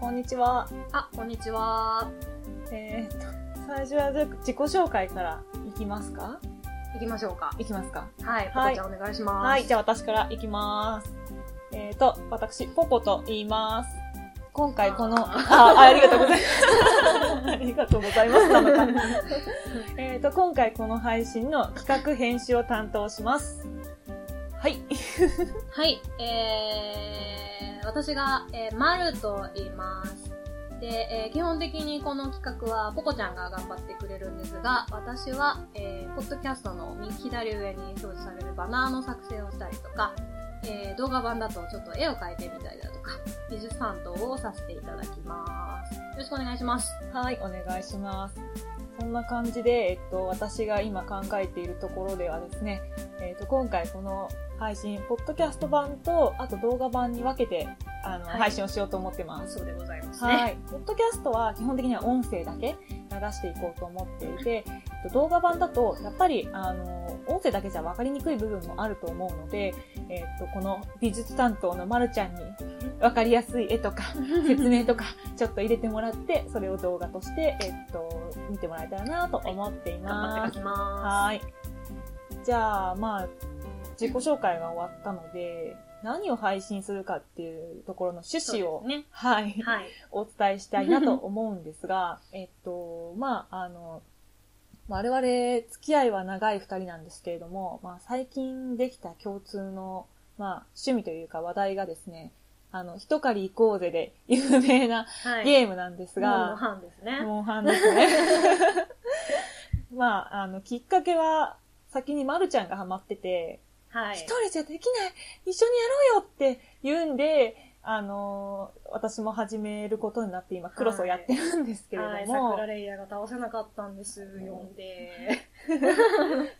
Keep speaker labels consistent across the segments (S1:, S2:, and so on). S1: こんにちは。
S2: あ、こんにちは。
S1: えー、っと、最初はじゃあ自己紹介からいきますか
S2: 行きましょうか。
S1: いきますか
S2: はい、ポ
S1: は
S2: コ
S1: い
S2: ちゃんお願いします。
S1: はい、じゃあ私からいきます。えー、っと、私、ポコと言います。今回この、
S2: あ
S1: あ、あありがとうございます。 ありがとうございます。なのかなえー、っと、今回この配信の企画編集を担当します。はい。
S2: はい、えー、私が、えー、まると言います。で、えー基本的にこの企画は、ポコちゃんが頑張ってくれるんですが、私は、えー、ポッドキャストの右左上に表示されるバナーの作成をしたりとか、えー動画版だとちょっと絵を描いてみたりだとか、美術担当をさせていただきます。よろしくお願いします。
S1: はい、お願いします。そんな感じで、えっと、私が今考えているところではですね、えっと、今回この配信、ポッドキャスト版と、あと動画版に分けて、あの、
S2: はい
S1: 配信をしようと思ってます。
S2: そうでございます
S1: は
S2: ね。
S1: い。ポッドキャストは基本的には音声だけ流していこうと思っていて、えっと動画版だと、やっぱり、あの、音声だけじゃ分かりにくい部分もあると思うので、えっと、この美術担当のまるちゃんに分かりやすい絵とか、説明とかちょっと入れてもらってそれを動画として、えっと、見てもらえたらなと思ってい
S2: 頑張
S1: ま
S2: っ
S1: す。
S2: て描きま
S1: はいじゃあまあ自己紹介が終わったので何を配信するかっていうところの
S2: す。
S1: 趣旨を、
S2: そうですね。
S1: はい、
S2: はい。
S1: お伝えしたいなと思うんですが えっとまああの我々付き合いは長い二人なんですけれども、まあ、最近できた共通の、まあ、趣味というか話題がですねあの、一狩り行こうぜで 有名な
S2: はい。
S1: ゲームなんです
S2: モンの
S1: が、
S2: 班ですね。
S1: モンハンです ね。まあ、あの、きっかけは、先にまるちゃんがハマってて、
S2: はい。
S1: 一人じゃできない一緒にやろうよって言うんで、あのー私も始めることになって今、クロスをやってるんですけれど
S2: はい、
S1: も、
S2: 桜レイヤーが倒せなかったんです、読んで。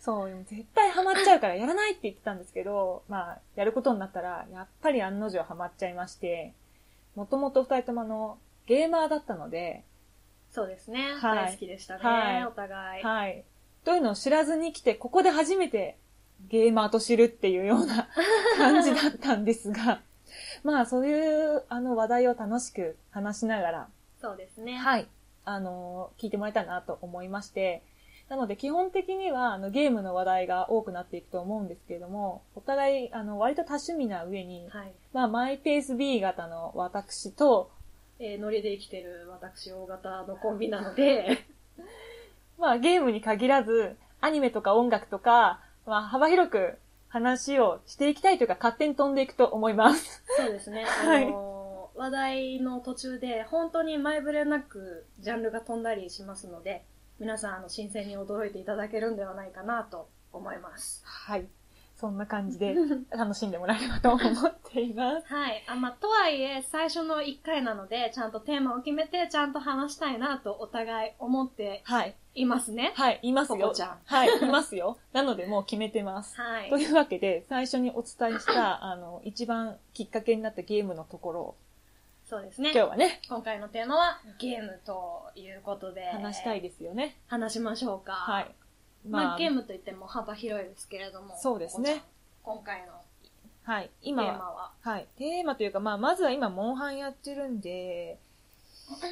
S1: そう、絶対ハマっちゃうからやらないって言ってたんですけど、まあ、やることになったら、やっぱり案の定ハマっちゃいまして、もともと二人ともあの、ゲーマーだったので、
S2: そうですね、
S1: はい
S2: 大好きでしたね、
S1: はい
S2: お互い。
S1: はい。というのを知らずに来て、ここで初めてゲーマーと知るっていうよう な感じだったんですが、まあそういうあの話題を楽しく話しながら、
S2: そうですね。
S1: はい。あの、聞いてもらえたらなと思いまして、なので基本的にはあのゲームの話題が多くなっていくと思うんですけれども、お互いあの割と多趣味な上に、
S2: はい。
S1: まあマイペース B 型の私と、
S2: えーノリで生きてる私、大型のコンビなので、
S1: まあゲームに限らず、アニメとか音楽とか、まあ幅広く話をしていきたいというか勝手に飛んでいくと思い ます。
S2: そうですね、
S1: はい
S2: あのー話題の途中で、本当に前触れなくジャンルが飛んだりしますので、皆さん、あの、新鮮に驚いていただけるんではないかなと思います。
S1: はい。そんな感じ で楽しんでもらえればと思っています。
S2: はい。あ、まあ、とはいえ、最初の1回なので、ちゃんとテーマを決めて、ちゃんと話したいなと、お互い思って
S1: はい。
S2: いますね。
S1: はい、います
S2: ポ
S1: よ
S2: コちゃん。
S1: はい、いますよ。なのでもう決めてます。
S2: はい
S1: と。いうわけで、最初にお伝えした、あの、一番きっかけになったゲームのところを、
S2: そうですね。
S1: 今日はね、
S2: 今回のテーマは、ゲームということで。
S1: 話したい。ですよね。
S2: 話しましょうか。
S1: はい。
S2: まあ、
S1: まあ、
S2: ゲームといっても幅広いですけれども。
S1: そうですね
S2: ポコちゃん。今回の
S1: はい、
S2: テー
S1: 今
S2: マ
S1: は、
S2: は。
S1: はい。テーマというか、まあ、まずは今、モンハンやってるんで、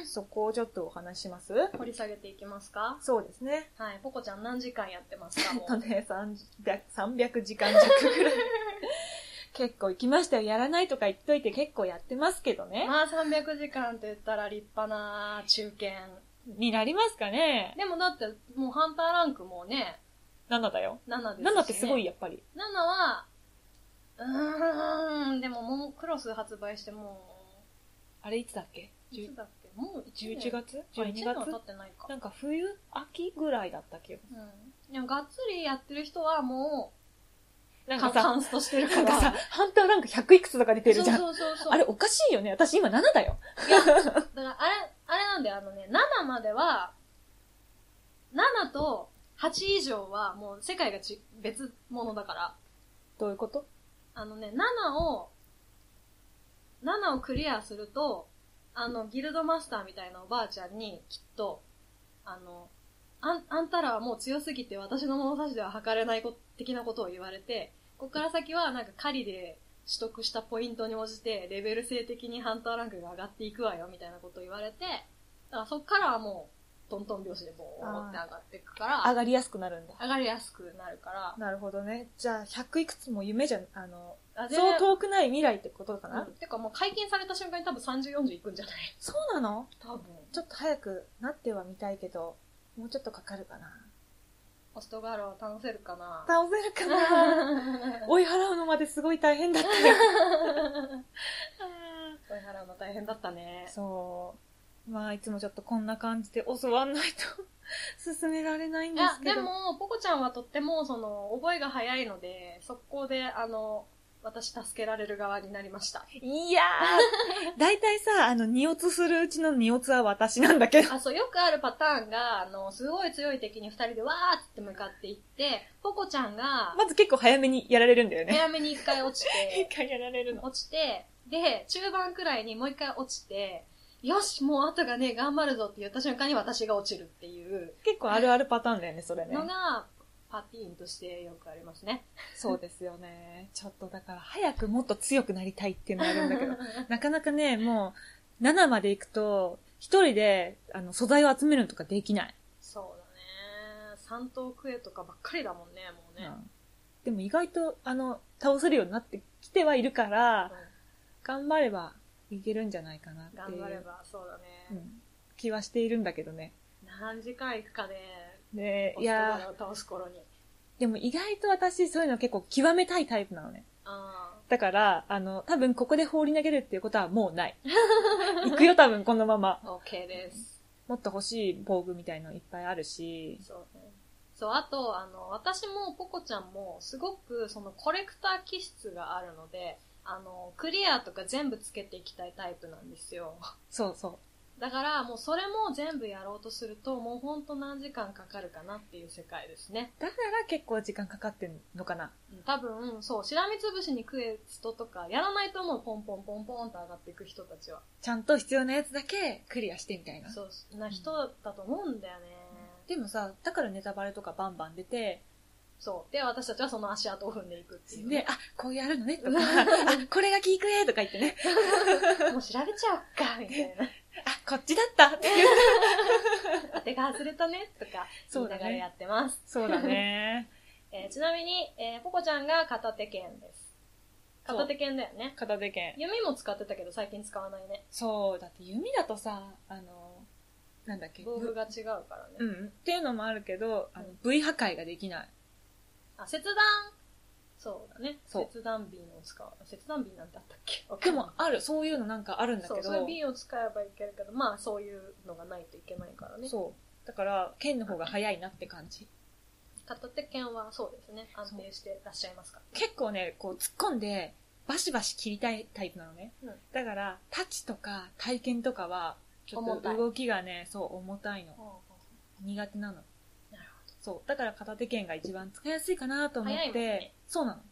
S1: そこをちょっとお話しします
S2: 掘り下げていきますか
S1: そうですね。
S2: はい。ポコちゃん何時間やってま すか
S1: え
S2: も
S1: っ
S2: う
S1: とね、300, 300時間弱 ぐらい。結構行きましたよ。やらないとか言っといて結構やってますけどね。
S2: まあ、300時間って言ったら立派な中堅。
S1: になりますかね。
S2: でもだって、もうハンターランクもね、
S1: 7だよ。
S2: 7ですしね
S1: 7ってすごい、やっぱり。
S2: 7は、うーん、でももうクロス発売しても
S1: あれいつだっけ
S2: う、いつだっけもう一年
S1: 11月
S2: あ一
S1: ?12
S2: 年は経
S1: 月
S2: ってないか
S1: な。んか冬秋ぐらいだったっけ
S2: うん。でもがっつりやってる人はも
S1: な
S2: う、
S1: ん
S2: カ
S1: かさ、
S2: ンカンストしてる
S1: な
S2: か
S1: ん
S2: ら。
S1: かさ、ハンターランク100いくつとか出てるじゃん。
S2: そうそうそうそう。
S1: あれおかしいよね。私今7だよ。
S2: だからあれ、あれなんだよ、あのね、7までは、7と8以上はもう世界がち別物だから、
S1: どういうこと
S2: あのね、7を、7をクリアすると、あの、ギルドマスターみたいなおばあちゃんに、きっと、あの、あん、あんたらはもう強すぎて私の物差しでは測れないこ的なことを言われて、ここから先はなんか狩りで取得したポイントに応じて、レベル制的にハンターランクが上がっていくわよ、みたいなことを言われて、だからそっからはもう、トントン拍子でボーって上がっていくから、
S1: 上がりやすくなるんだ。
S2: 上がりやすくなるから、
S1: なるほどね。じゃあ、100いくつも夢じゃ、あの、
S2: あ全
S1: そう
S2: 然
S1: 遠くない未来ってことかな、
S2: うんてかもう解禁された瞬間に多分30、40いくんじゃない
S1: そうなの
S2: 多分。
S1: ちょっと早くなってはみたいけど、もうちょっとかかるかな。
S2: ホストガールを倒せるか な
S1: 倒せるかな 追い払うのまですごい大変だった よ。
S2: 追い払うの大変だったね。
S1: そう。まあ、いつもちょっとこんな感じで教わんないと 進められないん
S2: い
S1: で
S2: や
S1: す、け
S2: で
S1: ど。
S2: も、ポコちゃんはとっても、その、覚えが早いので、速攻で、あの、私助けられる側になりました。
S1: いやー、 だいたいさ、あの、二落するうちの二落は私なんだけど。
S2: あ、そう、よくあるパターンが、あの、すごい強い敵に二人でわーって向かっていって、ポコちゃんが、
S1: まず結構早めにやられるんだよね。
S2: 早めに一回落ち て、
S1: 回やられる。
S2: 落ちて、で、中盤くらいにもう一回落ちて、よし、もう後がねえ、頑張るぞって言った瞬間に私が落ちるっていう
S1: 結構あるあるパターンだよね、それね
S2: の。が、パティーンとしてよくありますね。
S1: そうですよね。ちょっとだから、早くもっと強くなりたいっていうのはあるんだけど、 なかなかね、もう、7まで行くと、一人で、あの、素材を集めるのとかできない。
S2: そうだね。三頭食えとかばっかりだもんね、もうね。
S1: うんでも意外と、あの、倒せるようになってきてはいるから、
S2: う
S1: 頑張ればいけるんじゃないかなってい
S2: ん
S1: う。
S2: 頑張れば、そうだ
S1: う
S2: ね。
S1: ん。気はしているんだけどね。
S2: 何時間行くかね、
S1: で、
S2: オ
S1: い
S2: ストガ
S1: や
S2: ラを倒す頃に。
S1: ーでも意外と私そういうの結構極めたいタイプなのね。
S2: あ
S1: だから、あの、多分ここで放り投げるっていうことはもう ない。行くよ、多分このまま。
S2: あ、OK です。
S1: もっと欲しい防具みたいのいっぱいあるし。
S2: そうね。そう、あと、あの、私もポコちゃんも、すごく、その、コレクター気質があるので、あの、クリアとか全部つけていきたいタイプなんですよ。
S1: そうそ
S2: だから、もうそれも全部やろうとすると、もうほんと何時間かかるかなっていう世界ですね。
S1: う。だから結構時間かかってんのかな。
S2: 多分、そう、しらみつぶしにクエストとか、やらないともうポンポンポンポンと上がっていく人たちは。
S1: ちゃんと必要なやつだけクリアしてみたいな。
S2: そう、な人だと思うんだよね。
S1: でもさ、だからネタバレとかバンバン出て、
S2: そう。で、私たちはその足跡を踏んでいくっていう、
S1: で、
S2: ね。
S1: あ、こうやるのね、と
S2: うん
S1: か、あ、これが効くね、とか言ってね、
S2: もう調べちゃおっか、みたいな。
S1: あ、こっちだったって言って。
S2: 当てが外れたね、とか、言いながらやってます。
S1: そうだね。
S2: えーちなみに、えー、ポコちゃんが片手剣です。
S1: そう
S2: 片手剣だよね。
S1: 片手剣。
S2: 弓も使ってたけど、最近使わないね。
S1: そう、だって弓だとさ、あの、なんだっけ、
S2: 防具が違うからね。
S1: うんうん。っていうのもあるけど、あの、V 破壊ができない。
S2: あ、切断そうだね。
S1: そう
S2: 切断瓶を使う。切断瓶なんてあったっけ
S1: でも、ある、そういうのなんかあるんだ
S2: そ
S1: け
S2: う、
S1: ど、
S2: そういう瓶を使えばいけるけど、まあそういうのがないといけないからね。
S1: そうだから、剣の方が早いなって感じ。
S2: 片手剣はそうですね。安定してらっしゃいますか
S1: 結構ね、こう突っ込んで、バシバシ切りたいタイプなのね。
S2: うん
S1: だから、タッチとか体験とかは、ちょ
S2: 重
S1: ったと
S2: い
S1: 動きがね、そう、重たいの
S2: ら。。ほ
S1: 苦手なの。
S2: ど
S1: そう。だから片手剣が一番使いやすいかなと思っ
S2: 早い
S1: て、
S2: もんね
S1: そうなの。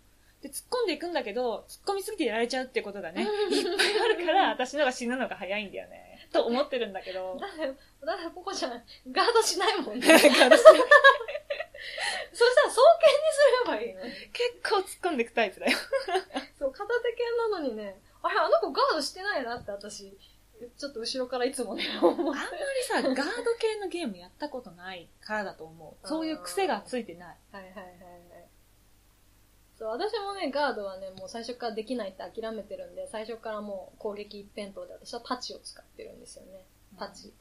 S1: で、突っ込んでいくんだけど、突っ込みすぎてやられちゃうってことが ね、いっ
S2: うん
S1: ぱいあるから、私の方が死ぬのが早いんだよね。と思ってるんだけ ど。
S2: だって、だってポコちゃん、ガードしないもんね。そ
S1: なん
S2: したら
S1: か私
S2: 双剣にすればいいのに。
S1: 結構突っ込んでいくタイプだ よ。
S2: そう、片手剣なのにね、あれ、あの子ガードしてないなって私、ちょっと後ろからいつもね、 思
S1: あ
S2: うん
S1: ま。りさ、ガード系のゲームやったことないからだと思う。そういう癖がついてない。
S2: はいはいはいはい。そう、私もね、ガードはね、もう最初からできないって諦めてるんで、最初からもう攻撃一辺倒で、私はタッチを使ってるんですよね。タッチ。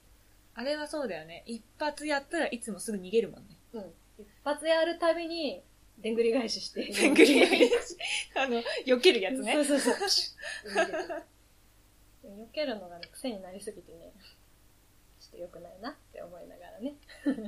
S1: あれはそうだよね。一発やったらいつもすぐ逃げるもん ね。
S2: うん。一発やるたびに、でんぐり返しして。
S1: でんぐり返し。 あの、避けるやつね。
S2: そ うそうそう。ピュッ避けるのがね、癖になりすぎてね、ちょっと良くないなって思いながらね。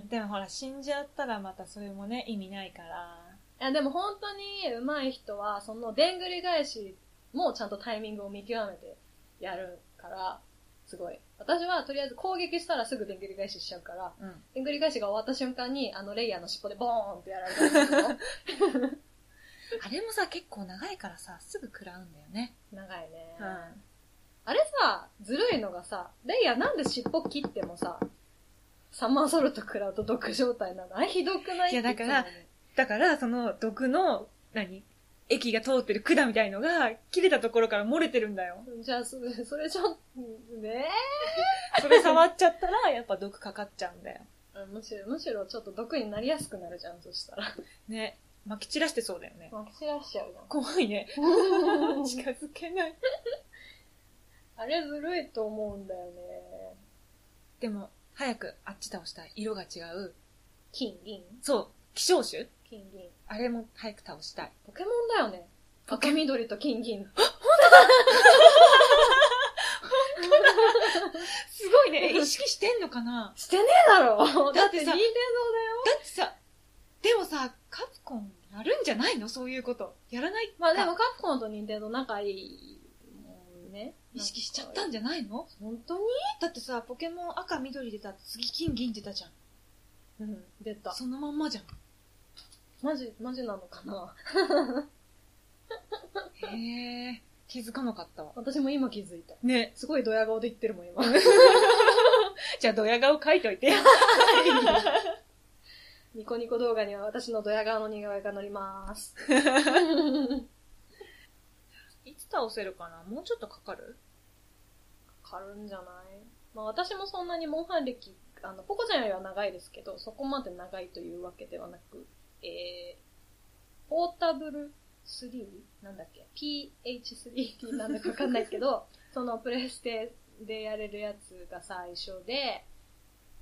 S1: でもほら、死んじゃったらまたそれもね、意味ないから。
S2: いや、でも本当に上手い人は、その、でんぐり返しもちゃんとタイミングを見極めてやるから、すごい。私はとりあえず攻撃したらすぐでんぐり返ししちゃうから、
S1: うん。
S2: でんぐり返しが終わった瞬間に、あの、レイヤーの尻尾でボーンってやられたんですけど
S1: あれもさ、結構長いからさ、すぐ食らうんだよね。
S2: 長いね。
S1: うん。
S2: あれさ、ずるいのがさ、レイヤーなんで尻尾切ってもさ、サマーソルト食らうと毒状態なのあれひどくない
S1: いやだから
S2: って言って
S1: だから、その毒の、何液が通ってる管みたいのが、切れたところから漏れてるんだよ
S2: た。のにじゃあ、それ、それちょっと、ね
S1: それ触っちゃった ら、やっぱ毒かかっちゃうんだよ。
S2: えむしろ、むしろちょっと毒になりやすくなるじゃん、そしたら。
S1: ね。撒き散らしてそうだよね。
S2: まき散らし ちゃうじゃん。
S1: 怖いね。近づけない。
S2: あれずるいと思うんだよね。
S1: でも、早くあっち倒したい。色が違う。
S2: 金銀
S1: そう。希少種
S2: 金銀。
S1: あれも早く倒したい。
S2: ポケモンだよね。
S1: ポ
S2: 赤
S1: ケ
S2: 緑と金銀。
S1: すごいね。え意識してんのかな
S2: してねえだろだ
S1: だ
S2: っ
S1: っててさ
S2: 任天堂だよ。
S1: だってさ、でもさ、カプコンやるんじゃないのそういうこと。やらない
S2: まあでもカプコンと任天堂仲いいもんね。
S1: 意識しちゃったんじゃないの
S2: 本当に
S1: だってさ、ポケモン赤緑出た、次金銀出たじゃん。
S2: うん、出た。
S1: そのまんまじゃん。
S2: マジ、マジなのかな
S1: へえ、気づかなかったわ。
S2: 私も今気づいた。
S1: ね。
S2: すごいドヤ顔で言ってるもん、今。
S1: じゃあドヤ顔書いといて。
S2: ニコニコ動画には私のドヤ顔の似顔絵が載ります。
S1: いつ倒せるかなもうちょっとかかる
S2: かかるんじゃないまあ私もそんなにモンハン歴、あの、ポコちゃんよりは長いですけど、そこまで長いというわけではなく、えー、ポータブル 3? なんだっけ ?PH3 ってなんだかわかんないけど、そのプレステでやれるやつが最初で、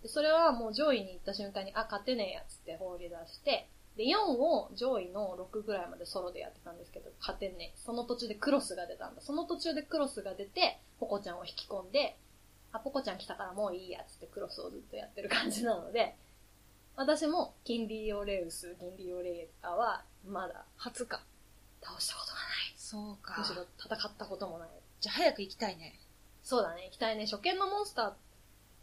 S2: でそれはもう上位に行った瞬間に、あ、勝てねえやつって放り出して、で、4を上位の6ぐらいまでソロでやってたんですけど、勝てねえ。その途中でクロスが出たんだ。その途中でクロスが出て、ポコちゃんを引き込んで、あ、ポコちゃん来たからもういいやつってクロスをずっとやってる感じなので、私も、ギンディオレウス、ギンディオレーターは、まだ
S1: 初か。
S2: 倒したことがな
S1: そうか
S2: い。むしろ戦ったこともない。
S1: じゃあ早く行きたいね。
S2: そうだね、行きたいね。初見のモンスターっ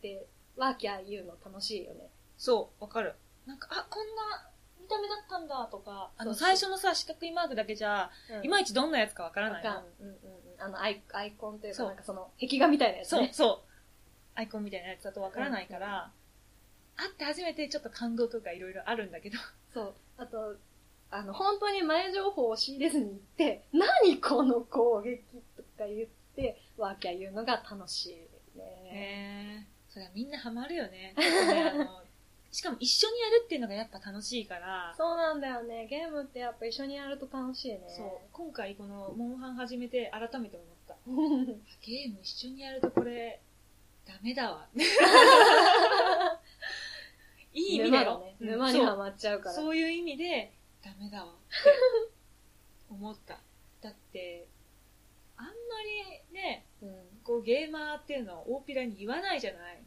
S2: て、ワーキャー言うの楽しいよね。
S1: そう、わかる。なんか、あ、こんな見た目だったんだとか、あの、
S2: そうそ
S1: 最
S2: う
S1: 初のさ、四角いマークだけじゃ、
S2: うん
S1: いまいちどんなやつかわから
S2: わ
S1: ない
S2: か
S1: の
S2: ん。うんうんうん。あの、アイアイコンというか、
S1: そう
S2: なんかその、壁画みたいなやつ
S1: そう
S2: ね。
S1: そう。アイコンみたいなやつだとわからないから、会って初めてちょっと感動とかいろいろあるんだけど、
S2: そう。あと、あの、本当に前情報を仕入れずに行って、何この攻撃とか言って、ワーキャー言うのが楽しいね。
S1: ねえ それはみんなハマるよね。 ちょっとねあのしかも一緒にやるっていうのがやっぱ楽しいから、
S2: そうなんだよね。ゲームってやっぱ一緒にやると楽しいね。
S1: そう今回このモンハン始めて改めて思った。
S2: う。
S1: ゲーム一緒にやるとこれ、ダメだわ。 いい意味だ
S2: 沼が
S1: よ
S2: ね。、
S1: うん
S2: 沼にはまっちゃうか
S1: そう
S2: ら。
S1: そういう意味で、ダメだわって思 った。だって、あんまりね、
S2: うん
S1: こうゲーマーっていうのは大っぴらに言わないじゃない。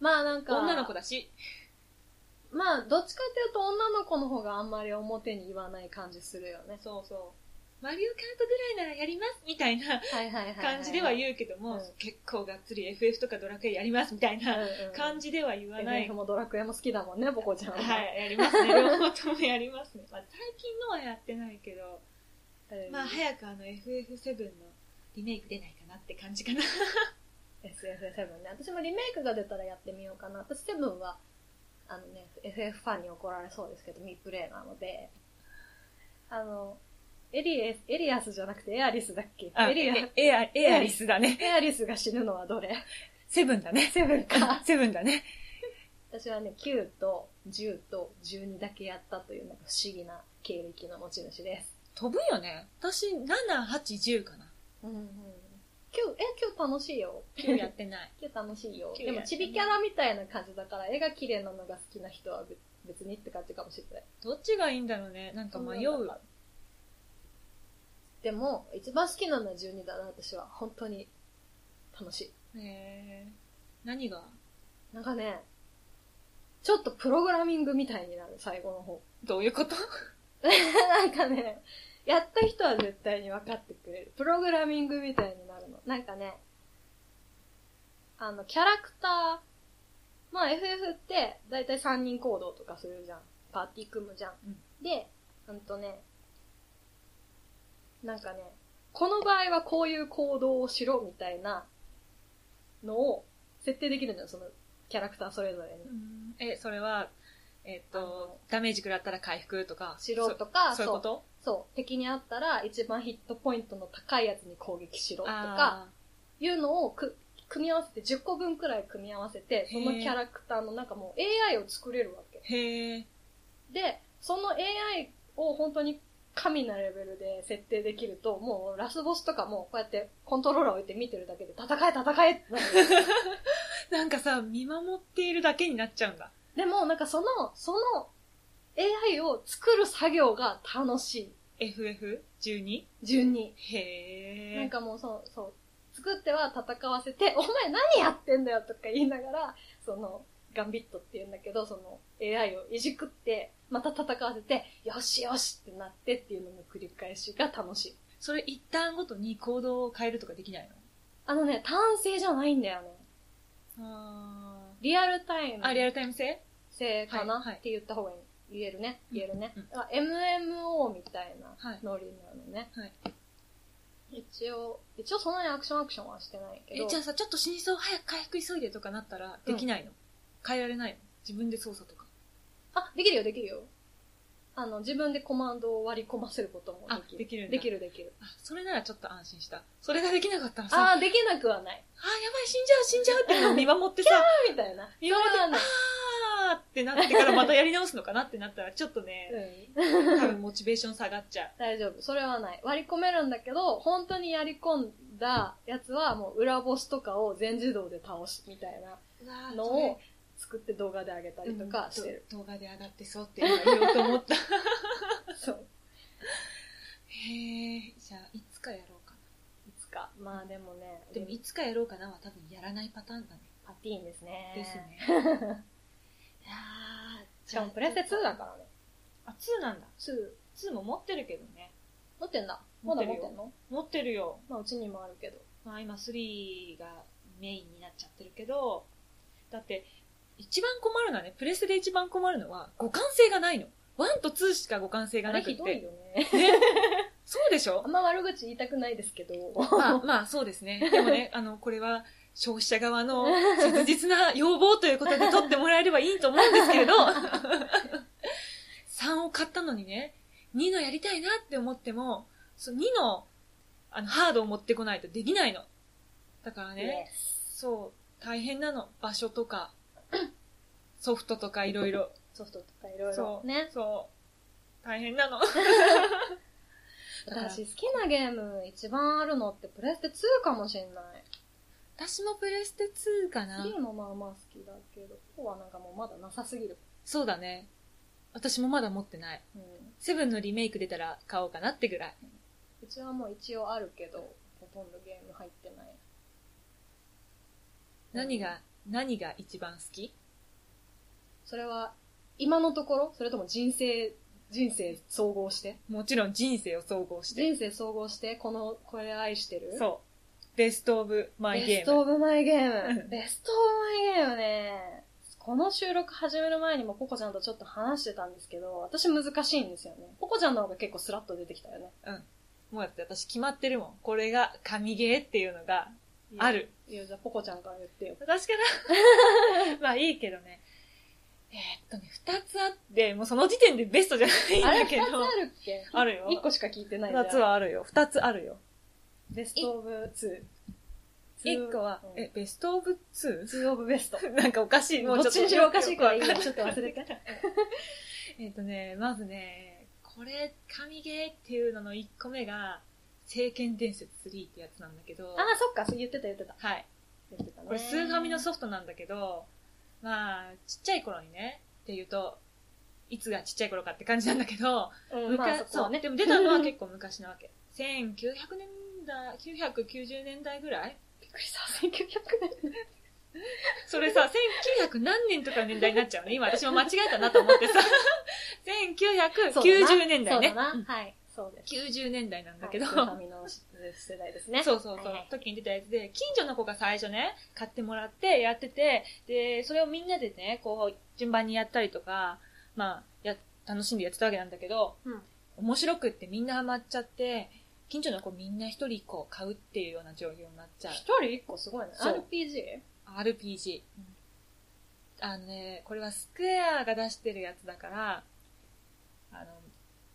S2: まあなんか、
S1: 女の子だし。
S2: まあ、どっちかっていうと女の子の方があんまり表に言わない感じするよね。
S1: そうそう。マリオカートぐらいならやりますみたいな
S2: はいはいはいはい、
S1: 感じでは言うけど
S2: う
S1: も
S2: ん、
S1: 結構がっつり FF とかドラクエやりますみたいな
S2: うんうん
S1: 感じでは言わな
S2: FF
S1: い。
S2: もドラクエも好きだもんね、ポコちゃんは。
S1: はい、やります ね。両方ともやりますね。まあ、最近のはやってないけど、
S2: うん
S1: まあ早くあの FF7 のリメイク出ないかなって感じかな。
S2: SF7 ね。私もリメイクが出たらやってみようかな。私7は、あのね、FF ファンに怒られそうですけど、ミプレイなので、あの、エリエエリアスじゃなくてエアリスだっけエリア
S1: エエア、エアリスだね。
S2: エアリスが死ぬのはどれ
S1: セブンだね。セブン
S2: か。
S1: セブンだね。
S2: 私はね、9と10と12だけやったという、なんか不思議な経歴の持ち主です。
S1: 飛ぶよね。私、7、8、10かな。
S2: うんうん、9、え、9楽しいよ。
S1: 9やって ない。
S2: 9楽しいよ。
S1: 9
S2: でも、ちびキャラみたいな感じだから、絵が綺麗なのが好きな人は別別にって感じかもしれない。
S1: どっちがいいんだろうね。なんか迷う。
S2: でも、一番好きなのは12だな、私は。本当に、楽しい。
S1: へえ。何が
S2: なんかね、ちょっとプログラミングみたいになる、最後の方。
S1: どういうこと
S2: なんかね、やった人は絶対に分かってくれる。プログラミングみたいになるの。なんかね、あの、キャラクター、まあ FF って、だいたい3人行動とかするじゃん。パーティー組むじゃん。
S1: うん
S2: で、うんとね、なんかね、この場合はこういう行動をしろみたいなのを設定できるんだよ、そのキャラクターそれぞれに。
S1: え、それは、えっ
S2: あの
S1: と、ダメージ食らったら回復とか、
S2: しろとか、
S1: そそういうこと
S2: そうそう、敵にあったら一番ヒットポイントの高いやつに攻撃しろと
S1: あ
S2: か、いうのをく組み合わせて、10個分くらい組み合わせて、そのキャラクターのなんかもう AI を作れるわけ。
S1: ーへえ。
S2: で、その AI を本当に神なレベルで設定できると、もうラスボスとかもこうやってコントローラー置いて見てるだけで、戦え戦えってなる。
S1: なんかさ、見守っているだけになっちゃうんだ。
S2: でもなんかその、その AI を作る作業が楽し
S1: FF12?
S2: い。順に。
S1: へえ。
S2: なんかもうそう、そう。作っては戦わせて、お 前何やってんだよとか言いながら、その、ガンビットって言うんだけど、その AI をいじくって、また戦わせて、よしよしってなってっていうのの繰り返しが楽しい。
S1: それ一旦ごとに行動を変えるとかできないの
S2: あのね、単性じゃないんだよね。
S1: あ
S2: リアルタイム
S1: あリアルタイム性
S2: 性かな、
S1: はいはい
S2: って言った方がいい。言えるね。
S1: うん
S2: 言えるね
S1: うん。
S2: あ MMO みたいな
S1: はい
S2: ノリなのね。
S1: はい
S2: 一応、一応そんなにアクションアクションはしてないけ
S1: え
S2: ど、
S1: じゃあさちょっと死にそう早く回復急いでとかなったらできないの、変えられないの自分で操作とか
S2: あ、できるよ、できるよ。あの、自分でコマンドを割り込ませることもできる。
S1: あできるんだ
S2: できる、できる。
S1: あそれならちょっと安心したそれができなかったらさあ
S2: あー、できなくはな
S1: あ
S2: い。
S1: やばい死んじゃう死んじゃうっていうのを見守ってさ
S2: みたいな。
S1: 見守って
S2: そうなの
S1: あーってなってからまたやり直すのかなってなったらちょっとね
S2: うん。
S1: 多分モチベーション下がっちゃう
S2: 大丈夫。それはない。割り込めるんだけど、本当にやり込んだやつはもう裏ボスとかを全自動で倒すみたいな。のを作って動画であげたりとかしてる。
S1: うん動画で上がってそうって今言おうと思った へ
S2: そう。
S1: えじゃあいつかやろうか
S2: いつか。まあでもね、
S1: なでもいつかやろうかなは多分やらないパターンだね
S2: パティーンですね。
S1: です。ね いやー
S2: しかもプレステ2だからね。
S1: あ2なんだ
S2: 2。
S1: 2も持ってるけどね
S2: 持ってんだ。
S1: 持っ
S2: ま
S1: て
S2: だ
S1: るよ
S2: 持ってんの
S1: 持ってるよ、
S2: まあうちにもあるけど。
S1: まあ、今3がメインになっちゃってるけどだって一番困るのはねプレステで一番困るのは互換性がないの1と2しか互換性が
S2: あ
S1: な
S2: れ
S1: く
S2: ひ
S1: て
S2: どいよね。
S1: そうでしょ
S2: あんま悪口言いたくないですけど。
S1: まあ、まあそうですね。でもね、あの、これは消費者側 の切実な要望ということで取ってもらえればいいと思うんですけ れど、3を買ったのにね、2のやりたいなって思っても、そ2のあのハードを持ってこないとできないの。だからね、そう、大変なの。場所と か、ソフトとかいろいろ。
S2: ソフトとかいろいろ
S1: そう、
S2: ね。
S1: そう、大変な の。だから
S2: 私好きなゲーム一番あるのってプレステ2かもしんない。
S1: 私もプレステ2かな。
S2: 3もまあまあ好きだけど、4はなんかもうまだなさすぎる。
S1: そうだね。私もまだ持ってない。
S2: うん。
S1: セブンのリメイク出たら買おうかなってぐらい。
S2: うちはもう一応あるけど、ほとんどゲーム入ってない。
S1: 何が、何が一番好き
S2: それは、今のところそれとも人生、人生総合して
S1: もちろん人生を総合して。
S2: 人生総合して、この、これ愛してるう。
S1: そう。ベストオブマイ
S2: ベ
S1: ゲ
S2: ス
S1: ー
S2: ト
S1: ム。
S2: オブマイゲー
S1: う
S2: ム。
S1: ん
S2: ベストオブマイゲームね。この収録始める前にもポコちゃんとちょっと話してたんですけど、私難しいんですよね。ポコちゃんの方が結構スラッと出てきたよね。
S1: もうだって私決まってるもん。これが神ゲーっていうのがあ。る。
S2: いや、じゃあポコちゃんから言ってよ。
S1: 私から まあいいけどね。えーっとね、二つあって、もうその時点でベストじゃないん
S2: あれ
S1: だ
S2: 二つ
S1: けど。
S2: あるっけ
S1: あるよ
S2: 一個しか聞いてないじゃん
S1: 二つ。はあるよ。二つあるよ。
S2: ベストオブ2。
S1: 一個は、え
S2: え、、
S1: ベストオブ 2?
S2: 2オブベスト。
S1: なんかおかしい。
S2: どっちにしろおかしいからいいよ。ちょっと忘れて。
S1: えっとね、まずね、これ、神ゲーっていうのの1個目が、聖剣伝説3ってやつなんだけど、
S2: ああ、そっか、そう言ってた言ってた。
S1: はい。
S2: 言ってたね。
S1: これ、スーファミのソフトなんだけど、まあ、ちっちゃい頃にね、っていうと、いつがちっちゃい頃かって感じなんだけど、
S2: うん、まあ、 そこはね。
S1: でも出たのは結構昔なわけ。1900年代、990年代ぐらい
S2: びっくりした。1900年。
S1: それさ、1900何年とかの年代になっちゃうね。今私も間違えたなと思って さ、1990年代ね。
S2: そうだな。はい。そうです。
S1: 90年代なんだけど、
S2: はいスーファミの世代ですね。
S1: そうそう
S2: はい
S1: そう、
S2: はい
S1: 時に出たやつで、近所の子が最初ね、買ってもらってやってて、で、それをみんなでね、こう、順番にやったりとか、まあ、や、楽しんでやってたわけなんだけど、
S2: うん
S1: 面白くってみんなハマっちゃって、近所の子みんな一人一個買うっていうような状況になっちゃう
S2: 一。人一個すごいね。
S1: そう
S2: RPG?
S1: RPG
S2: うん。
S1: あのね、これはスクエアが出してるやつだから、あの、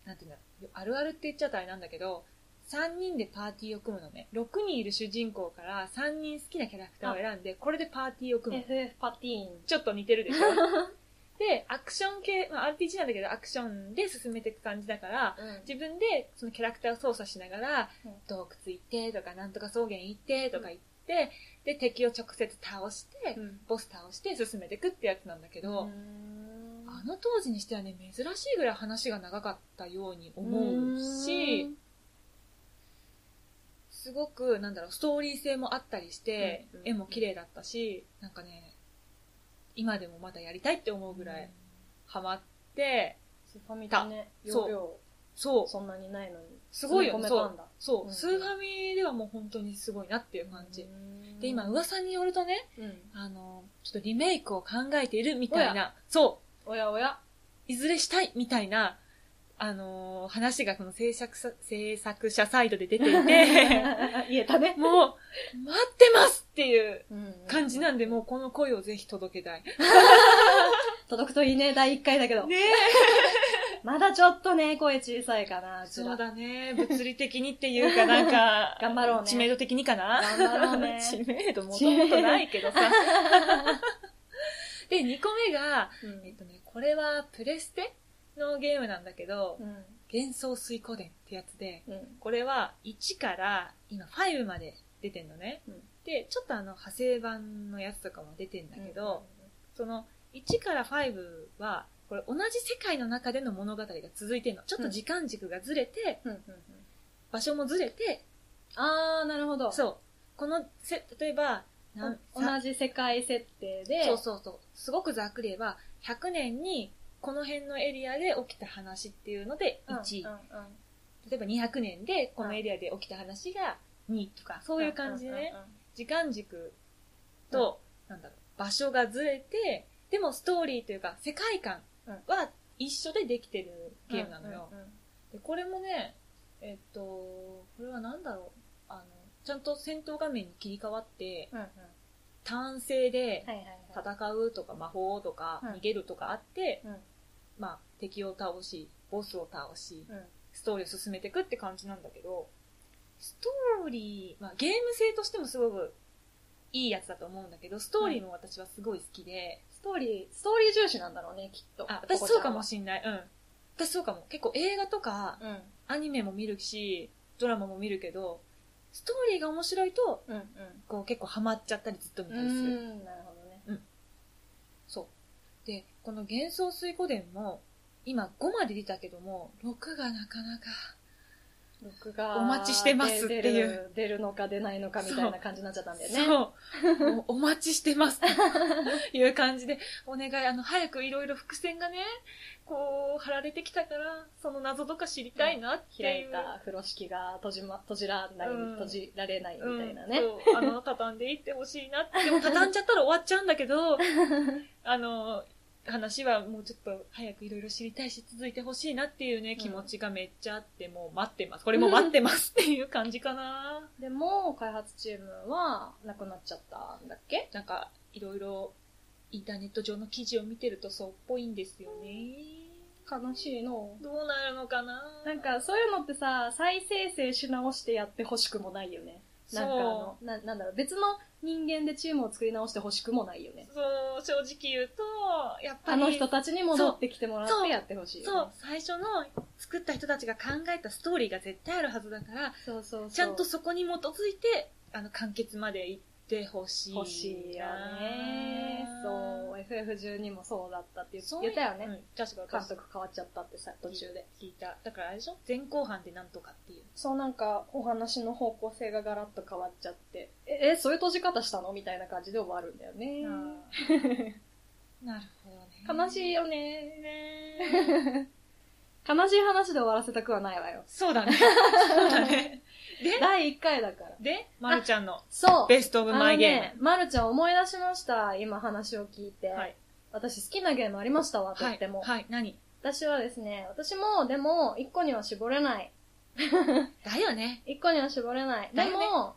S1: なんていうんだろうあるあるって言っちゃったらあれなんだけど、3人でパーティーを組むのね。6人いる主人公から3人好きなキャラクターを選んで、これでパーティーを組む。
S2: FF パティーン。
S1: ちょっと似てるでし ょで、アクション系、まあ、RPG なんだけど、アクションで進めていく感じだから、自分でそのキャラクターを操作しながら、
S2: うん
S1: 洞窟行ってとか、なんとか草原行ってとか言って、で、敵を直接倒して、
S2: うん。
S1: ボス倒して進めていくってやつなんだけ
S2: う
S1: ど、
S2: ん
S1: あの当時にしてはね、珍しいぐらい話が長かったように思うし、、すごく、なんだろう、ストーリー性もあったりして、
S2: うんうん
S1: 絵も綺麗だったし、なんかね、今でもまたやりたいって思うぐらい。ハマって、
S2: スーファミってね、
S1: た
S2: 容量
S1: そう、
S2: そんなにないのに。
S1: すごいよね
S2: 詰め込めたんだ。
S1: そう、
S2: うん
S1: スーファミではもう本当にすごいなっていう感じ。
S2: うん
S1: で、今、、噂によるとね、
S2: うん。
S1: あの、ちょっとリメイクを考えているみたいな、そ
S2: おやおや。
S1: う、いずれしたいみたいな、あのー話がこの制作さ制作者サイドで出てい て、
S2: 言えたね。
S1: もう、待ってますっていう
S2: うん
S1: 感じなんで、もうこの声をぜひ届けたい。
S2: 届くといいね、第1回だけど。
S1: ね
S2: まだちょっとね、声小さいかな、うち
S1: そう
S2: ら。
S1: だね。物理的にっていうか、なんか
S2: 、頑張ろうね
S1: 知名度的にかな。
S2: 頑張ろう ね
S1: 知名度もともとないけど さ。で、2個目が、
S2: う
S1: えっ
S2: ん
S1: とね、これはプレステのゲームなんだけど、
S2: うん。
S1: 幻想水湖伝ってやつで、
S2: うん。
S1: これは1から今5まで出てんのね。
S2: うん
S1: で、ちょっとあの、派生版のやつとかも出てんだけど、、その1から5はこれ同じ世界の中での物語が続いてるのちょっと時間軸がずれて、
S2: うんうんうん。
S1: 場所もずれて
S2: あー、なるほど。
S1: そうこのせ例えばなん
S2: お
S1: さ
S2: 同じ世界設定で、
S1: そうそうそうすごくざっくり言えば100年にこの辺のエリアで起きた話っていうので
S2: うん
S1: 1、
S2: うんうん
S1: 例えば200年でこのエリアで起きた話が2とかそういう感じでね、
S2: うんうんうん
S1: 時間軸と、なんだろう場所がずれてでもストーリーというか世界観は一緒でできてるゲームなのよ、
S2: うんうんうん
S1: でこれもねえっとこれは何だろうあのちゃんと戦闘画面に切り替わって
S2: うんうん。
S1: ターン制で
S2: はいはいはい。
S1: 戦うとか魔法とか
S2: うん
S1: 逃げるとかあって、
S2: うん
S1: まあ、敵を倒しボスを倒し
S2: うん
S1: ストーリーを進めていくって感じなんだけどストーリー、まあ、ゲーム性としてもすごくいいやつだと思うんだけどストーリーも私はすごい好きで、
S2: ストーリー、ストーリー重視なんだろうね、きっと。
S1: あ私そうかも
S2: し
S1: しんないうん私そうかも結構映画とか
S2: れない。
S1: アニメも見るし、ドラマも見るけど、ストーリーが面白いと、
S2: うん。うん
S1: こう結構ハマっちゃったりずっと見
S2: うん。
S1: たりする。
S2: ん、なるほどね。
S1: そう。で、この幻想水湖伝も、今5まで出たけども、6がなかなか。
S2: 録画
S1: お待ちしてますっていう
S2: で出る出るのか出ないのかみたいな感じになっちゃったんだよね。
S1: そう。もうお待ちして ます。という感じで、お願い、あの、早くいろいろ伏線がね、こう、貼られてきたから、その謎とか知りたいなって
S2: 開
S1: い。
S2: いうた風呂敷が閉じ,、ま、閉じらない、
S1: うん
S2: 閉じられないみたいな
S1: う
S2: ね。
S1: んそうあの、畳んでいってほしいなって。でも畳んじゃったら終わっちゃうんだけど、 あの、話はもうちょっと早くいろいろ知りたいし、続いてほしいなっていうね、気持ちがめっちゃあって、もう待ってます。これも待ってますっていう感じかな。
S2: でも、開発チームはなくなっちゃったんだっけ
S1: なんか、いろいろ、インターネット上の記事を見てるとそうっぽいんですよね。
S2: 悲しいの。
S1: どうなるのかな
S2: なん、かそういうのってさ、再生成し直してやってほしくもないよね。なんかあの
S1: そ、
S2: ななんだろう、別の人間でチームを作り直してほしくもないよね
S1: う。。そう、正直言うと、やっぱ
S2: あ
S1: り。
S2: の人たちに戻ってきてもらっ
S1: そう
S2: てやってほしい
S1: そ
S2: よ
S1: う
S2: ね。、
S1: 最初の作った人たちが考えたストーリーが絶対あるはずだから、
S2: そうそうそう。
S1: ちゃんとそこに基づいて、あの、完結まで行ってほしい。
S2: 欲しいよね。そう。FF12 もそうだったって言う言ったよね。
S1: うん、確か
S2: 監
S1: 私
S2: 督変わっちゃったってさ、途中で。
S1: 聞いた。だからあれでしょ前後半でなんとかっていう。
S2: そうなんか、お話の方向性がガラッと変わっちゃって、え、えそういう閉じ方したのみたいな感じで終わるんだよね。
S1: なるほどね。
S2: 悲しいよね。
S1: ね。
S2: 悲しい話で終わらせたくはないわよ。
S1: そうだね。そうだね。
S2: 第1回だから。
S1: で、まるちゃんの
S2: そう。
S1: ベストオブ
S2: あの
S1: マイゲーム。
S2: ね、まるちゃん思い出しました。今話を聞いて。
S1: はい。
S2: 私好きなゲームありましたわ、と
S1: は
S2: っ
S1: い
S2: ても。。
S1: はい。何
S2: 私はですね、私も、でも、一個には絞れない
S1: だよね。
S2: 一個には絞れない。で
S1: だよね
S2: も、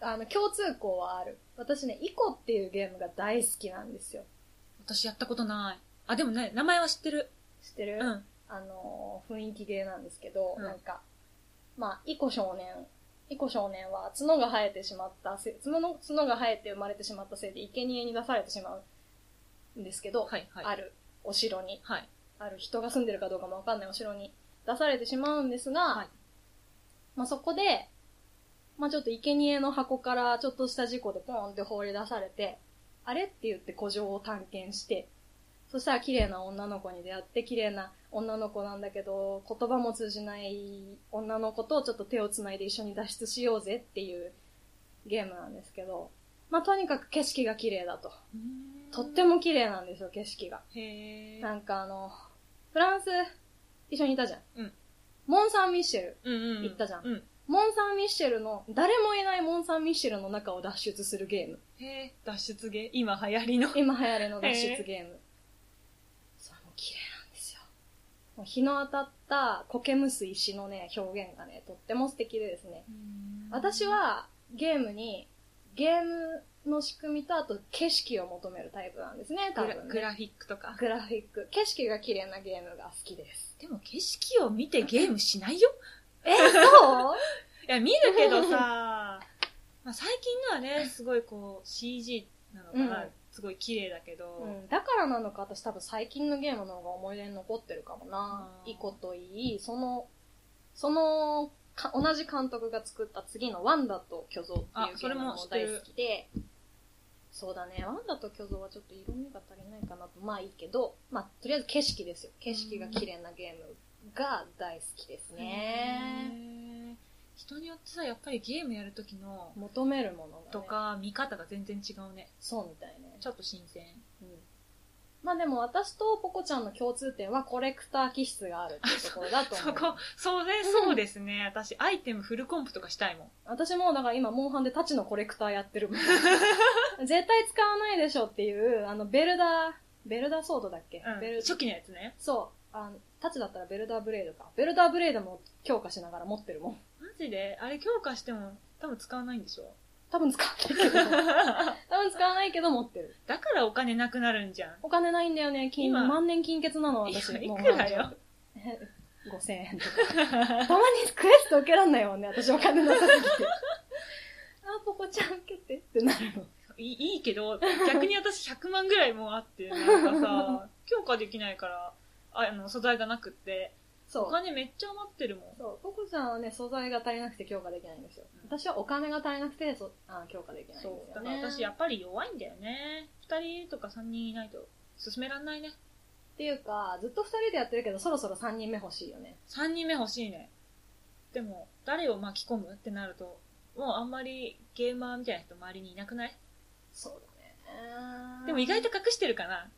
S2: あの、共通項はある。私ね、イコっていうゲームが大好きなんですよ。
S1: 私やったことない。あ、でもね、名前は知ってる。
S2: 知ってる、
S1: うん。
S2: あのー、雰囲気ゲーなんですけど、
S1: うん
S2: なんか、まあ、イコ少年。イコ少年は角が生えてしまったせ、角の角が生えて生まれてしまったせいで、生贄に出されてしまうんですけど、
S1: はい、はい。
S2: あるお城に、
S1: はい。
S2: ある人が住んでるかどうかもわかんないお城に出されてしまうんですが、
S1: はい
S2: まあそこで、まあちょっと生贄の箱からちょっとした事故でポーンって放り出されて、あれって言って古城を探検して、そしたら綺麗な女の子に出会って、綺麗な女の子なんだけど、言葉も通じない女の子とちょっと手をつないで一緒に脱出しようぜっていうゲームなんですけど、まあとにかく景色が綺麗だと。とって
S1: も。
S2: も綺麗なんですよ、景色が。
S1: へー
S2: なんかあの、フランス、一緒にいたじゃん。
S1: うん
S2: モン・サン・ミッシェル。
S1: うんうんうん。
S2: 行ったじゃん
S1: うん。
S2: モン・サン・ミッシェルの、誰もいないモン・サン・ミッシェルの中を脱出するゲーム。
S1: へえ、脱出ゲー今流行りの。
S2: 今流行りの脱出ゲーム。それも綺麗なんですよ。もう日の当たった苔むす石のね、表現がね、とっても素敵でですね。私、はゲームに、ゲームの仕組みとあと景色を求めるタイプなんですね、多
S1: グ
S2: 分
S1: ラ
S2: ね、
S1: グラフィックとか。
S2: グラフィック。景色が綺麗なゲームが好きです。
S1: でも景色を見てゲームしないよ。
S2: え、そう
S1: いや、見るけどさ、 まあ最近のはね、すごいこう、CG なのかな、
S2: うん
S1: すごい綺麗だけど、
S2: うん、だからなのか私多分最近のゲームの方が思い出に残ってるかもな
S1: うん
S2: イコといいそのそのか同じ監督が作った次の「ワンダと巨像」って
S1: あ
S2: いうゲ
S1: そ
S2: ー
S1: れ
S2: ム
S1: も
S2: も
S1: 知って
S2: 大
S1: る
S2: 好きでそうだね「ワンダと巨像」はちょっと色味が足りないかなとまあいいけどまあとりあえず景色ですよ景色が綺麗なゲームが大好きですね、
S1: ね人によってさ、やっぱりゲームやる時の、
S2: 求めるものが、ね、
S1: とか、見方が全然違うね。
S2: そうみたいね
S1: ちょっと新鮮。
S2: うんまあでも私とポコちゃんの共通点はコレクター気質があるっていうところだと思う。
S1: そこ、そうね、そうですね。私、アイテムフルコンプとかしたいもん。
S2: 私もだから今モンハンでタチのコレクターやっ てるもん。絶対使わないでしょっていう、あのベルダー、ベルダーソードだっけ、
S1: うん
S2: ベル
S1: 初期のやつね。
S2: そう。あのタチだったらベルダーブレードか。ベルダーブレードも強化しながら持ってるもん。
S1: マジであれ強化しても多分使わないんでしょ
S2: 多分使わないけど。多分使わないけど持ってる。
S1: だからお金なくなるんじゃん。
S2: お金ないんだよね。金、
S1: 今
S2: 万年金欠なの私。
S1: い
S2: モン
S1: やい
S2: ハン
S1: くらよ。
S2: 5000円とか。たまにクエスト受けらんないもんね、私お金なさすぎて。 あ、ポコちゃん受けてってなるの。
S1: いいいけど、逆に私100万ぐらいもうあって、なんかさ、強化できないから、ああの、素材がなくって、
S2: そ
S1: お
S2: う。
S1: 金めっちゃ余ってるもん。
S2: そう、ポコちゃんはね、素材が足りなくて強化できないんですよ。私はお金が足りなくて、そあ強化できないんですよ、ね
S1: そ。う、だから私やっぱり弱いんだよね。二人とか三人いないと進めらんないね。
S2: っていうか、ずっと二人でやってるけど、そろそろ三人目欲しいよね。
S1: 三人目欲しいね。でも、誰を巻き込むってなると、もうあんまりゲーマーみたいな人周りにいなくない
S2: そうだね。
S1: でも意外と隠してるかな。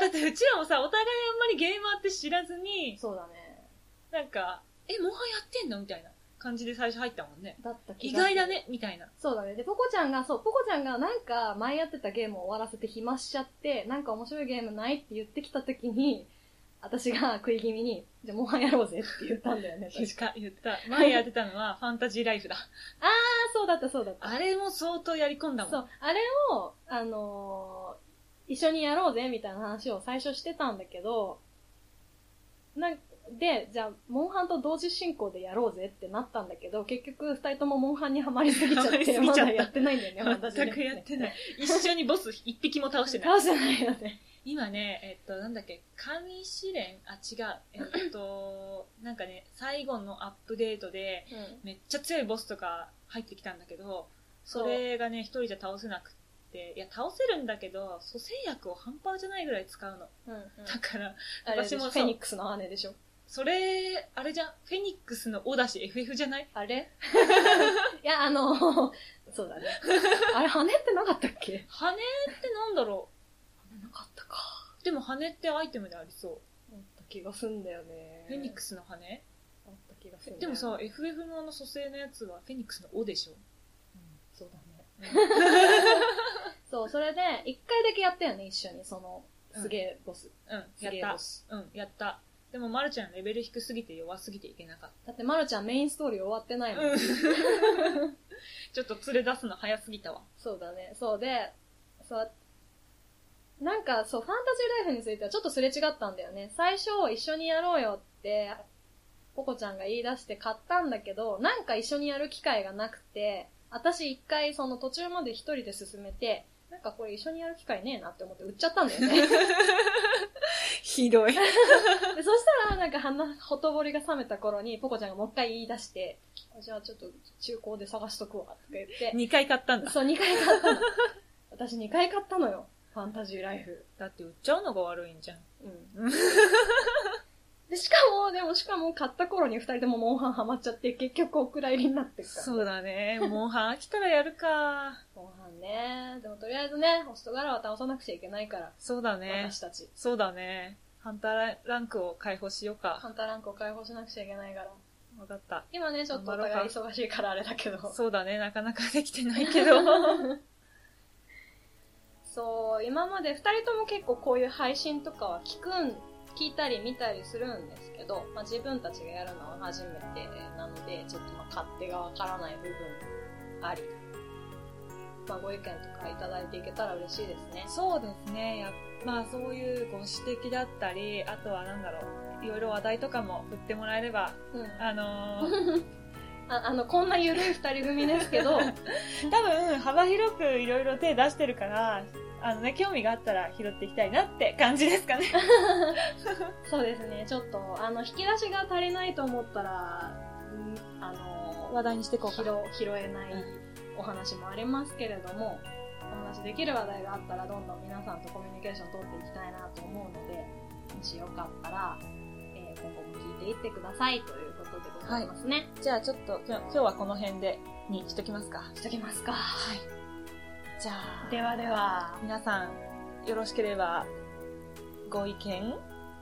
S1: だってうちらもさ、お互いあんまりゲーマーって知らずに、
S2: そうだね。
S1: なんか、え、モンハンやってんのみたいな感じで最初入ったもんね。
S2: だった気
S1: 意
S2: がする
S1: 外だ。ねみたいな。
S2: そうだね。で、ポコちゃんが、そう、ポコちゃんがなんか前やってたゲームを終わらせて暇しちゃって、なんか面白いゲームないって言ってきた時に、私が食い気味に、じゃあモンハンやろうぜって言ったん だよね。確
S1: 確
S2: か
S1: か言った。前やってたのは ファンタジーライフだ。
S2: あ、そうだった、そうだった。
S1: あれも相当やり込んだもん。
S2: そう、あれを、あのー一緒にやろうぜみたいな話を最初してたんだけど、なんで、じゃあ、モンハンと同時進行でやろうぜってなったんだけど、結局、二人ともモンハンにはまりすぎちゃっ
S1: ハマりすぎちゃ
S2: て、ま
S1: った
S2: だやってないんだよね、私ね
S1: 全くやってない。一緒にボ ス一匹も倒してない。
S2: 倒してないよね。
S1: 今ね、えっと、なんだっけ、神試練あ、違う。えっと、 なんかね、最後のアップデートで、めっちゃ強いボスとか入ってきたんだけど、それがね、一人じゃ倒せなくって、いや、倒せるんだけど、蘇生薬を半端じゃないぐらい使うの。
S2: うん。うん
S1: だから、
S2: あれでし
S1: 私
S2: ょ
S1: もそう
S2: フェニックスの姉でしょ。
S1: それ、あれじゃん、フェニックスのおだし FF じゃない
S2: あれいや、あの、 そうだね。あれ、羽ってなかったっけ
S1: 羽ってなんだろ
S2: なかったか。
S1: う。でも羽ってアイテムでありそ
S2: あった気がすんだよね
S1: う。。フェニックスの羽
S2: あった気がすんだよね
S1: でもさ、FF のあの蘇生のやつはフェニックスのおでしょ。
S2: そうだね。 そう、それで、一回だけやったよね、一緒に、その、すげえボス。
S1: うん、
S2: す
S1: やっ
S2: げえボ
S1: た。
S2: ス。
S1: うん、やった。でも、まるちゃんレベル低すぎて弱すぎていけなかっ
S2: だって、まるちゃんメインストーリー終わってない
S1: た。
S2: もん。
S1: ちょっと連れ出すの早すぎたわ。
S2: そうだね。そうで、そう、なんかそう、ファンタジーライフについてはちょっとすれ違ったんだよね。最初、一緒にやろうよって、ポコちゃんが言い出して買ったんだけど、なんか一緒にやる機会がなくて、私一回その途中まで一人で進めて、なんかこれ一緒にやる機会ねえなって思って売っちゃったんだよね。
S1: ひどい。
S2: でそしたら、なんか、花、ほとぼりが冷めた頃に、ポコちゃんがもう一回言い出して、じゃあちょっと中古で探しとくわ、とか言って。
S1: 2回買った んだ。
S2: そう、2回買ったの。私2回買ったのよ。ファンタジーライフ。
S1: だって売っちゃうのが悪いんじゃん。
S2: うん。で、しかも、でもしかも買った頃に2人ともモンハンハマっちゃって、結局お蔵入りになってるから。
S1: そうだね。モンハン飽きたらやるか。
S2: モンハンね。でもとりあえずね、ホスト柄は倒さなくちゃいけないから、
S1: そうだね。
S2: 私たち。
S1: そうだね。ハンターランクを解放しよう
S2: ハ
S1: か。
S2: ンターランクを解放しなくちゃいけないから。
S1: わかった。
S2: 今ね、ちょっとお互い忙しいからあれだけど。
S1: そうだね。なかなかできてないけど。
S2: そう、今まで2人とも結構こういう配信とかは聞くん、聞いたり見たりするんですけど、まあ、自分たちがやるのは初めてなので、ちょっとまあ勝手がわからない部分もあり、まあ、ご意見とかいただいていけたら嬉しいですね。
S1: そうですね。やまあそういうご指摘だったり、あとはなんだろう。いろいろ話題とかも振ってもらえれば、
S2: うん。
S1: あの ー
S2: ああの、こんなゆるい2人組です けど、
S1: 多分幅広くいろいろ手出してるから、あのね、興味があったら拾っていきたいなって感じですかね。
S2: そうですね、ちょっと、あの、引き出しが足りないと思ったら、うんあの、
S1: 話題にしていこう
S2: 拾
S1: か。
S2: 拾えないお話もありますけれども、お話できる話題があったらどんどん皆さんとコミュニケーション取っていきたいなと思うので、もしよかったら、えー今後も聞いていってくださいということでございますね。
S1: じゃあちょっと今日今日はこの辺でにしときますか。
S2: しときますか。
S1: はい。じゃあ、
S2: ではでは、
S1: 皆さん、よろしければ、ご意見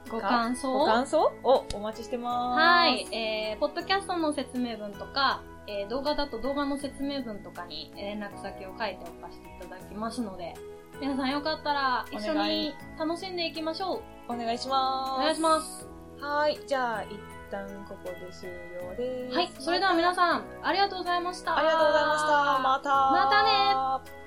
S2: ご感想
S1: ご感想をお待ちしてます。
S2: はい、。えー、ポッドキャストの説明文とか、えー動画だと動画の説明文とかに連絡先を書いておかせていただきますので、皆さんよかったら一緒
S1: お願
S2: に
S1: い
S2: 楽しんでいきましょう。
S1: お願いします。
S2: お願いします。
S1: はい。じゃあ、一旦ここで終了です。
S2: はい、それでは皆さん、ありがとうございました。
S1: ありがとうございました。また。
S2: またね
S1: ね